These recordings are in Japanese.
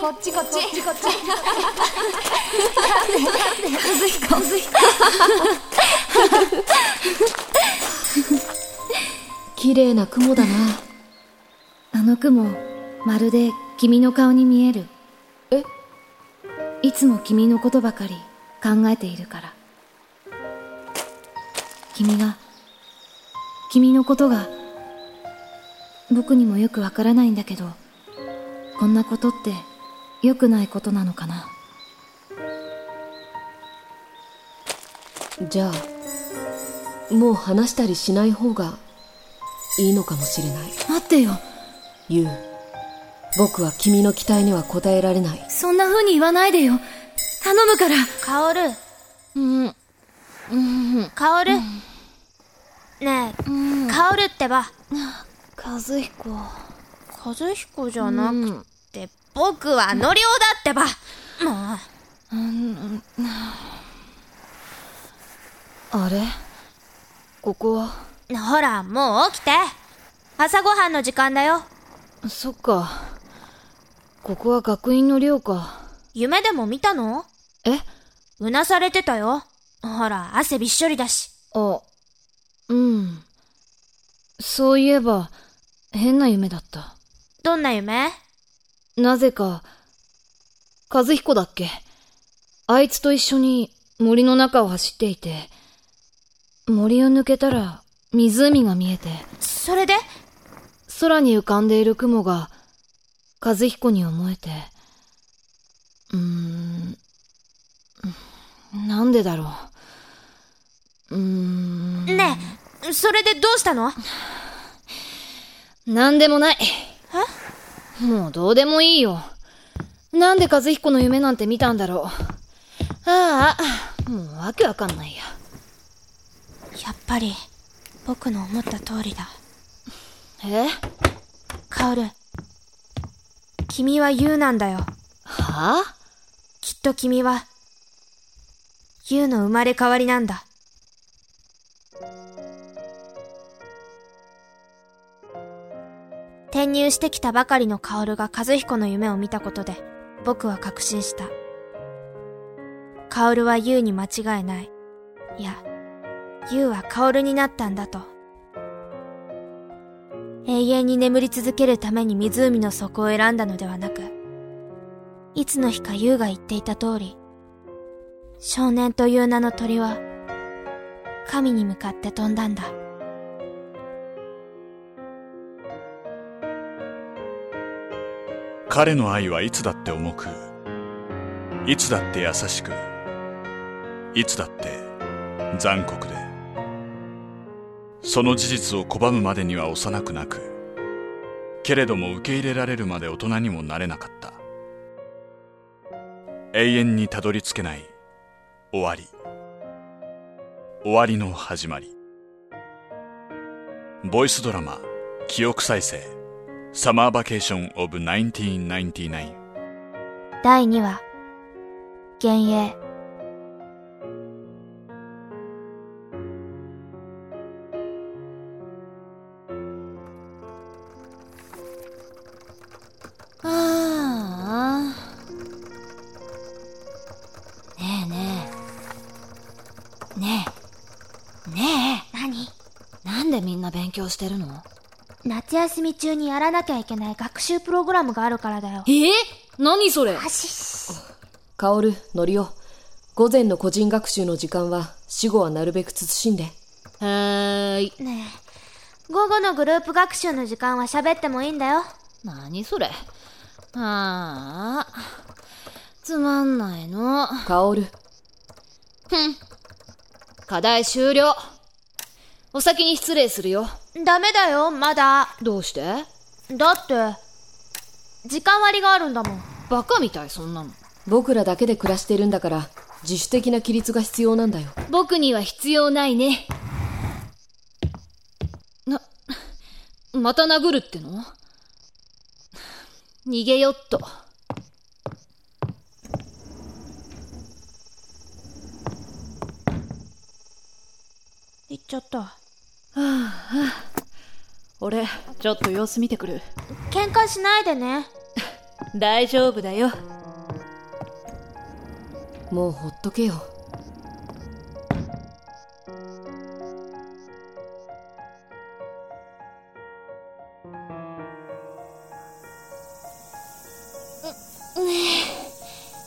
こっちこっちこっちこっち 綺麗な雲だなあの雲まるで君の顔に見えるえいつも君のことばかり考えているから君が君のことが僕にもよくわからないんだけどこんなことって良くないことなのかなじゃあもう話したりしない方がいいのかもしれない待ってよユウ僕は君の期待には応えられないそんな風に言わないでよ頼むからカオルうんうんカオルねえカオルってば和彦和彦じゃなくて僕はノリオだってばもうあれここはほら、もう起きて。朝ごはんの時間だよ。そっかここは学院の寮か夢でも見たのえうなされてたよ。ほら、汗びっしょりだし。あうんそういえば変な夢だったどんな夢なぜか、和彦だっけあいつと一緒に森の中を走っていて、森を抜けたら湖が見えて、それで空に浮かんでいる雲が和彦に思えて、うーん、なんでだろう。うーん、ねえ、それでどうしたのなんでもない。もうどうでもいいよ。なんで和彦の夢なんて見たんだろう。ああ、もうわけわかんないや。やっぱり、僕の思った通りだ。えカオル、君は優なんだよ。はあきっと君は、優の生まれ変わりなんだ。転入してきたばかりの薫が和彦の夢を見たことで、僕は確信した。薫は優に間違いない。いや、優は薫になったんだと。永遠に眠り続けるために湖の底を選んだのではなく、いつの日か優が言っていた通り、少年という名の鳥は、神に向かって飛んだんだ。彼の愛はいつだって重く、いつだって優しく、いつだって残酷で、その事実を拒むまでには幼くなく、けれども受け入れられるまで大人にもなれなかった。永遠にたどり着けない終わり。終わりの始まり。ボイスドラマ、記憶再生。サマーバケーション・オブ・1999第2話、幻影。ああ。ねえねえ。ねえ。ね何え。なんでみんな勉強してるの夏休み中にやらなきゃいけない学習プログラムがあるからだよ。ええ何それあし、カオル、ノリオ。午前の個人学習の時間は、死後はなるべく慎んで。はーい。ねえ、午後のグループ学習の時間は喋ってもいいんだよ。何それああ。つまんないの。カオル、課題終了。お先に失礼するよ。ダメだよ、まだ。どうしてだって、時間割があるんだもん。バカみたい、そんなの。僕らだけで暮らしてるんだから、自主的な規律が必要なんだよ。僕には必要ないね。な、また殴るっての逃げよっと。行っちゃった。俺ちょっと様子見てくる喧嘩しないでね。大丈夫だよもうほっとけよ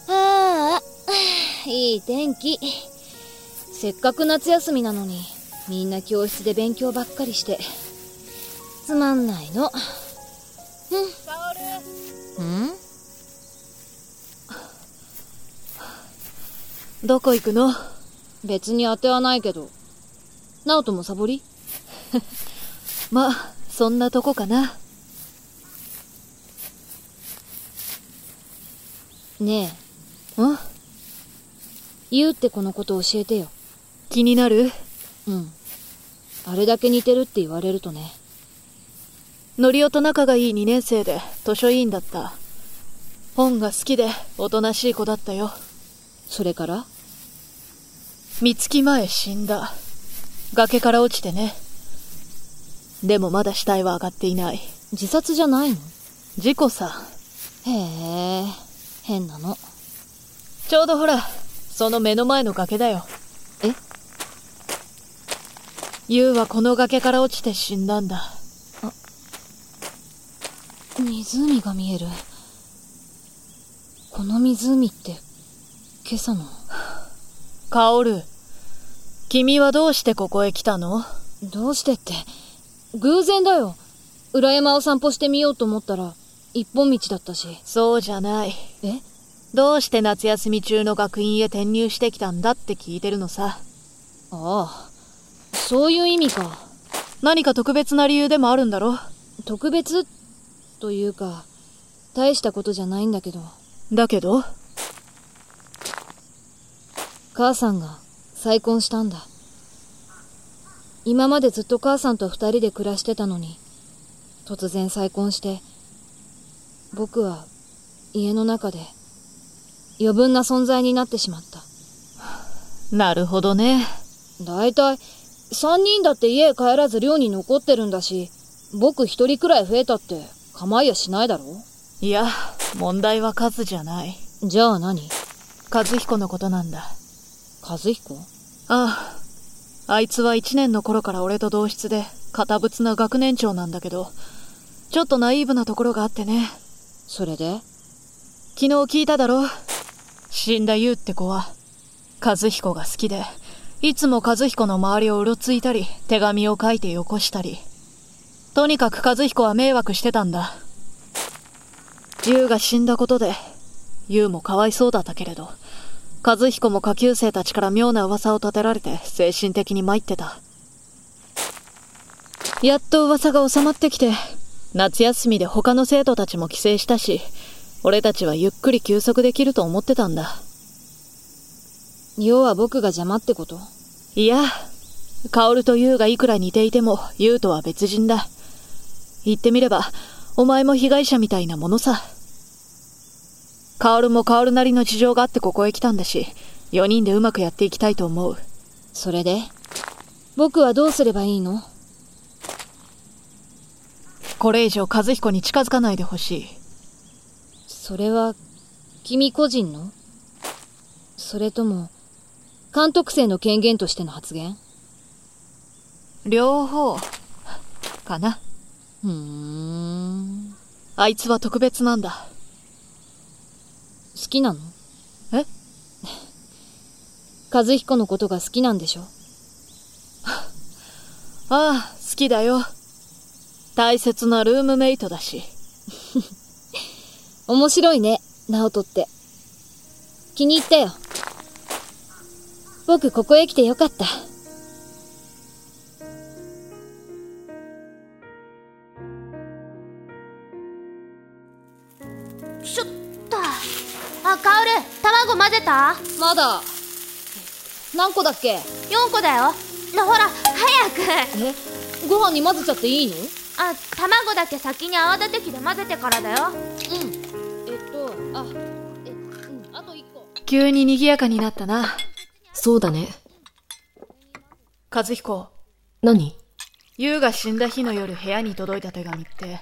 ああ、いい天気。せっかく夏休みなのに、みんな教室で勉強ばっかりして。つまんないの。んどこ行くの別に当てはないけど。ナオトもサボり ま、そんなとこかな。ねえ。んゆうってこのこと教えてよ。気になるうん。あれだけ似てるって言われるとね。ノリオと仲がいい2年生で図書委員だった本が好きでおとなしい子だったよそれから三月前死んだ崖から落ちてねでもまだ死体は上がっていない自殺じゃないの事故さへえ、変なの。ちょうどほらその目の前の崖だよえユウはこの崖から落ちて死んだんだ湖が見える。この湖って、今朝の。カオル君はどうしてここへ来たのどうしてって、偶然だよ。裏山を散歩してみようと思ったら、一本道だったし。そうじゃないえどうして夏休み中の学院へ転入してきたんだって聞いてるのさああ、そういう意味か。何か特別な理由でもあるんだろ特別、というか、大したことじゃないんだけど、だけど母さんが再婚したんだ。今までずっと母さんと二人で暮らしてたのに、突然再婚して、僕は家の中で余分な存在になってしまった。なるほどねだいたい三人だって家へ帰らず寮に残ってるんだし、僕一人くらい増えたって構いやしないだろいや問題は数じゃないじゃあ何和彦のことなんだ和彦あああいつは1年の頃から俺と同室で堅物な学年長なんだけどちょっとナイーブなところがあってねそれで昨日聞いただろ死んだ優って子は和彦が好きでいつも和彦の周りをうろついたり手紙を書いてよこしたりとにかく和彦は迷惑してたんだ優が死んだことで優もかわいそうだったけれど和彦も下級生たちから妙な噂を立てられて精神的に参ってたやっと噂が収まってきて夏休みで他の生徒たちも帰省したし俺たちはゆっくり休息できると思ってたんだ要は僕が邪魔ってこといや薫と優がいくら似ていても優とは別人だ言ってみればお前も被害者みたいなものさ薫も薫なりの事情があってここへ来たんだし4人でうまくやっていきたいと思うそれで僕はどうすればいいのこれ以上和彦に近づかないでほしいそれは、君個人のそれとも、監督生の権限としての発言両方かなうーん。あいつは特別なんだ好きなのえ和彦のことが好きなんでしょああ好きだよ大切なルームメイトだし面白いね、ナオトって。気に入ったよ。僕ここへ来てよかった。しょっとあカオル卵混ぜたまだ、何個だっけ4個だよなほら早くえご飯に混ぜちゃっていいのあ卵だけ先に泡立て器で混ぜてからだよえっと、あ、え、うん、あと1個。急に賑やかになったなそうだね和彦何優が死んだ日の夜部屋に届いた手紙って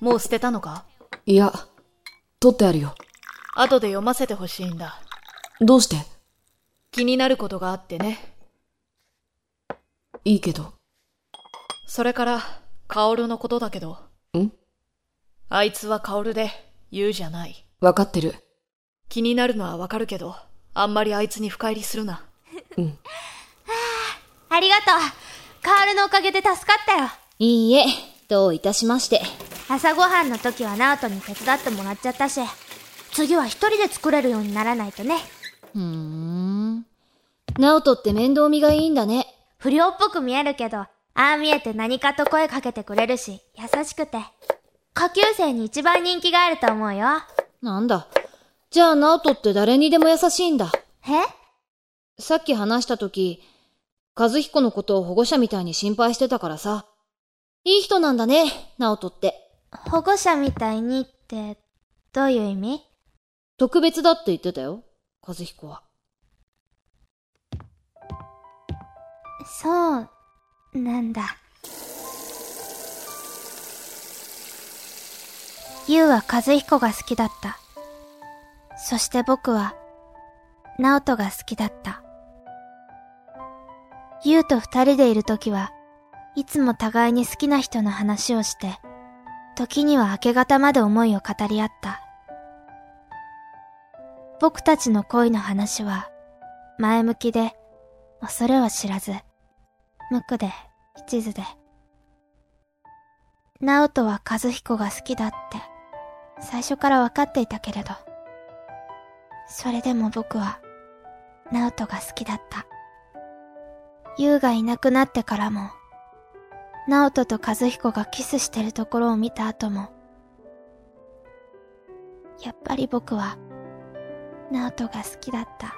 もう捨てたのかいや取ってあるよ。後で読ませてほしいんだ。どうして気になることがあってね。いいけど。それから、カオルのことだけど。んあいつはカオルで、言うじゃない。わかってる。気になるのはわかるけど、あんまりあいつに深入りするな。ありがとう。カールのおかげで助かったよ。いいえ、どういたしまして。朝ごはんの時はナオトに手伝ってもらっちゃったし、次は一人で作れるようにならないとね。うーん。ナオトって面倒見がいいんだね。不良っぽく見えるけど、ああ見えて何かと声かけてくれるし、優しくて。下級生に一番人気があると思うよ。なんだ。じゃあナオトって誰にでも優しいんだ。えさっき話した時、和彦のことを保護者みたいに心配してたからさ。いい人なんだね、ナオトって。保護者みたいにって、どういう意味特別だって言ってたよ、和彦は。そう、なんだ。ゆうは和彦が好きだった。そして僕は、直人が好きだった。ゆうと二人でいるときはいつも互いに好きな人の話をして、時には明け方まで思いを語り合った。僕たちの恋の話は、前向きで、恐れは知らず、無垢で、一途で。直人は和彦が好きだって、最初から分かっていたけれど。それでも僕は、直人が好きだった。優がいなくなってからも、直人と和彦がキスしてるところを見た後も、やっぱり僕は、直人が好きだった。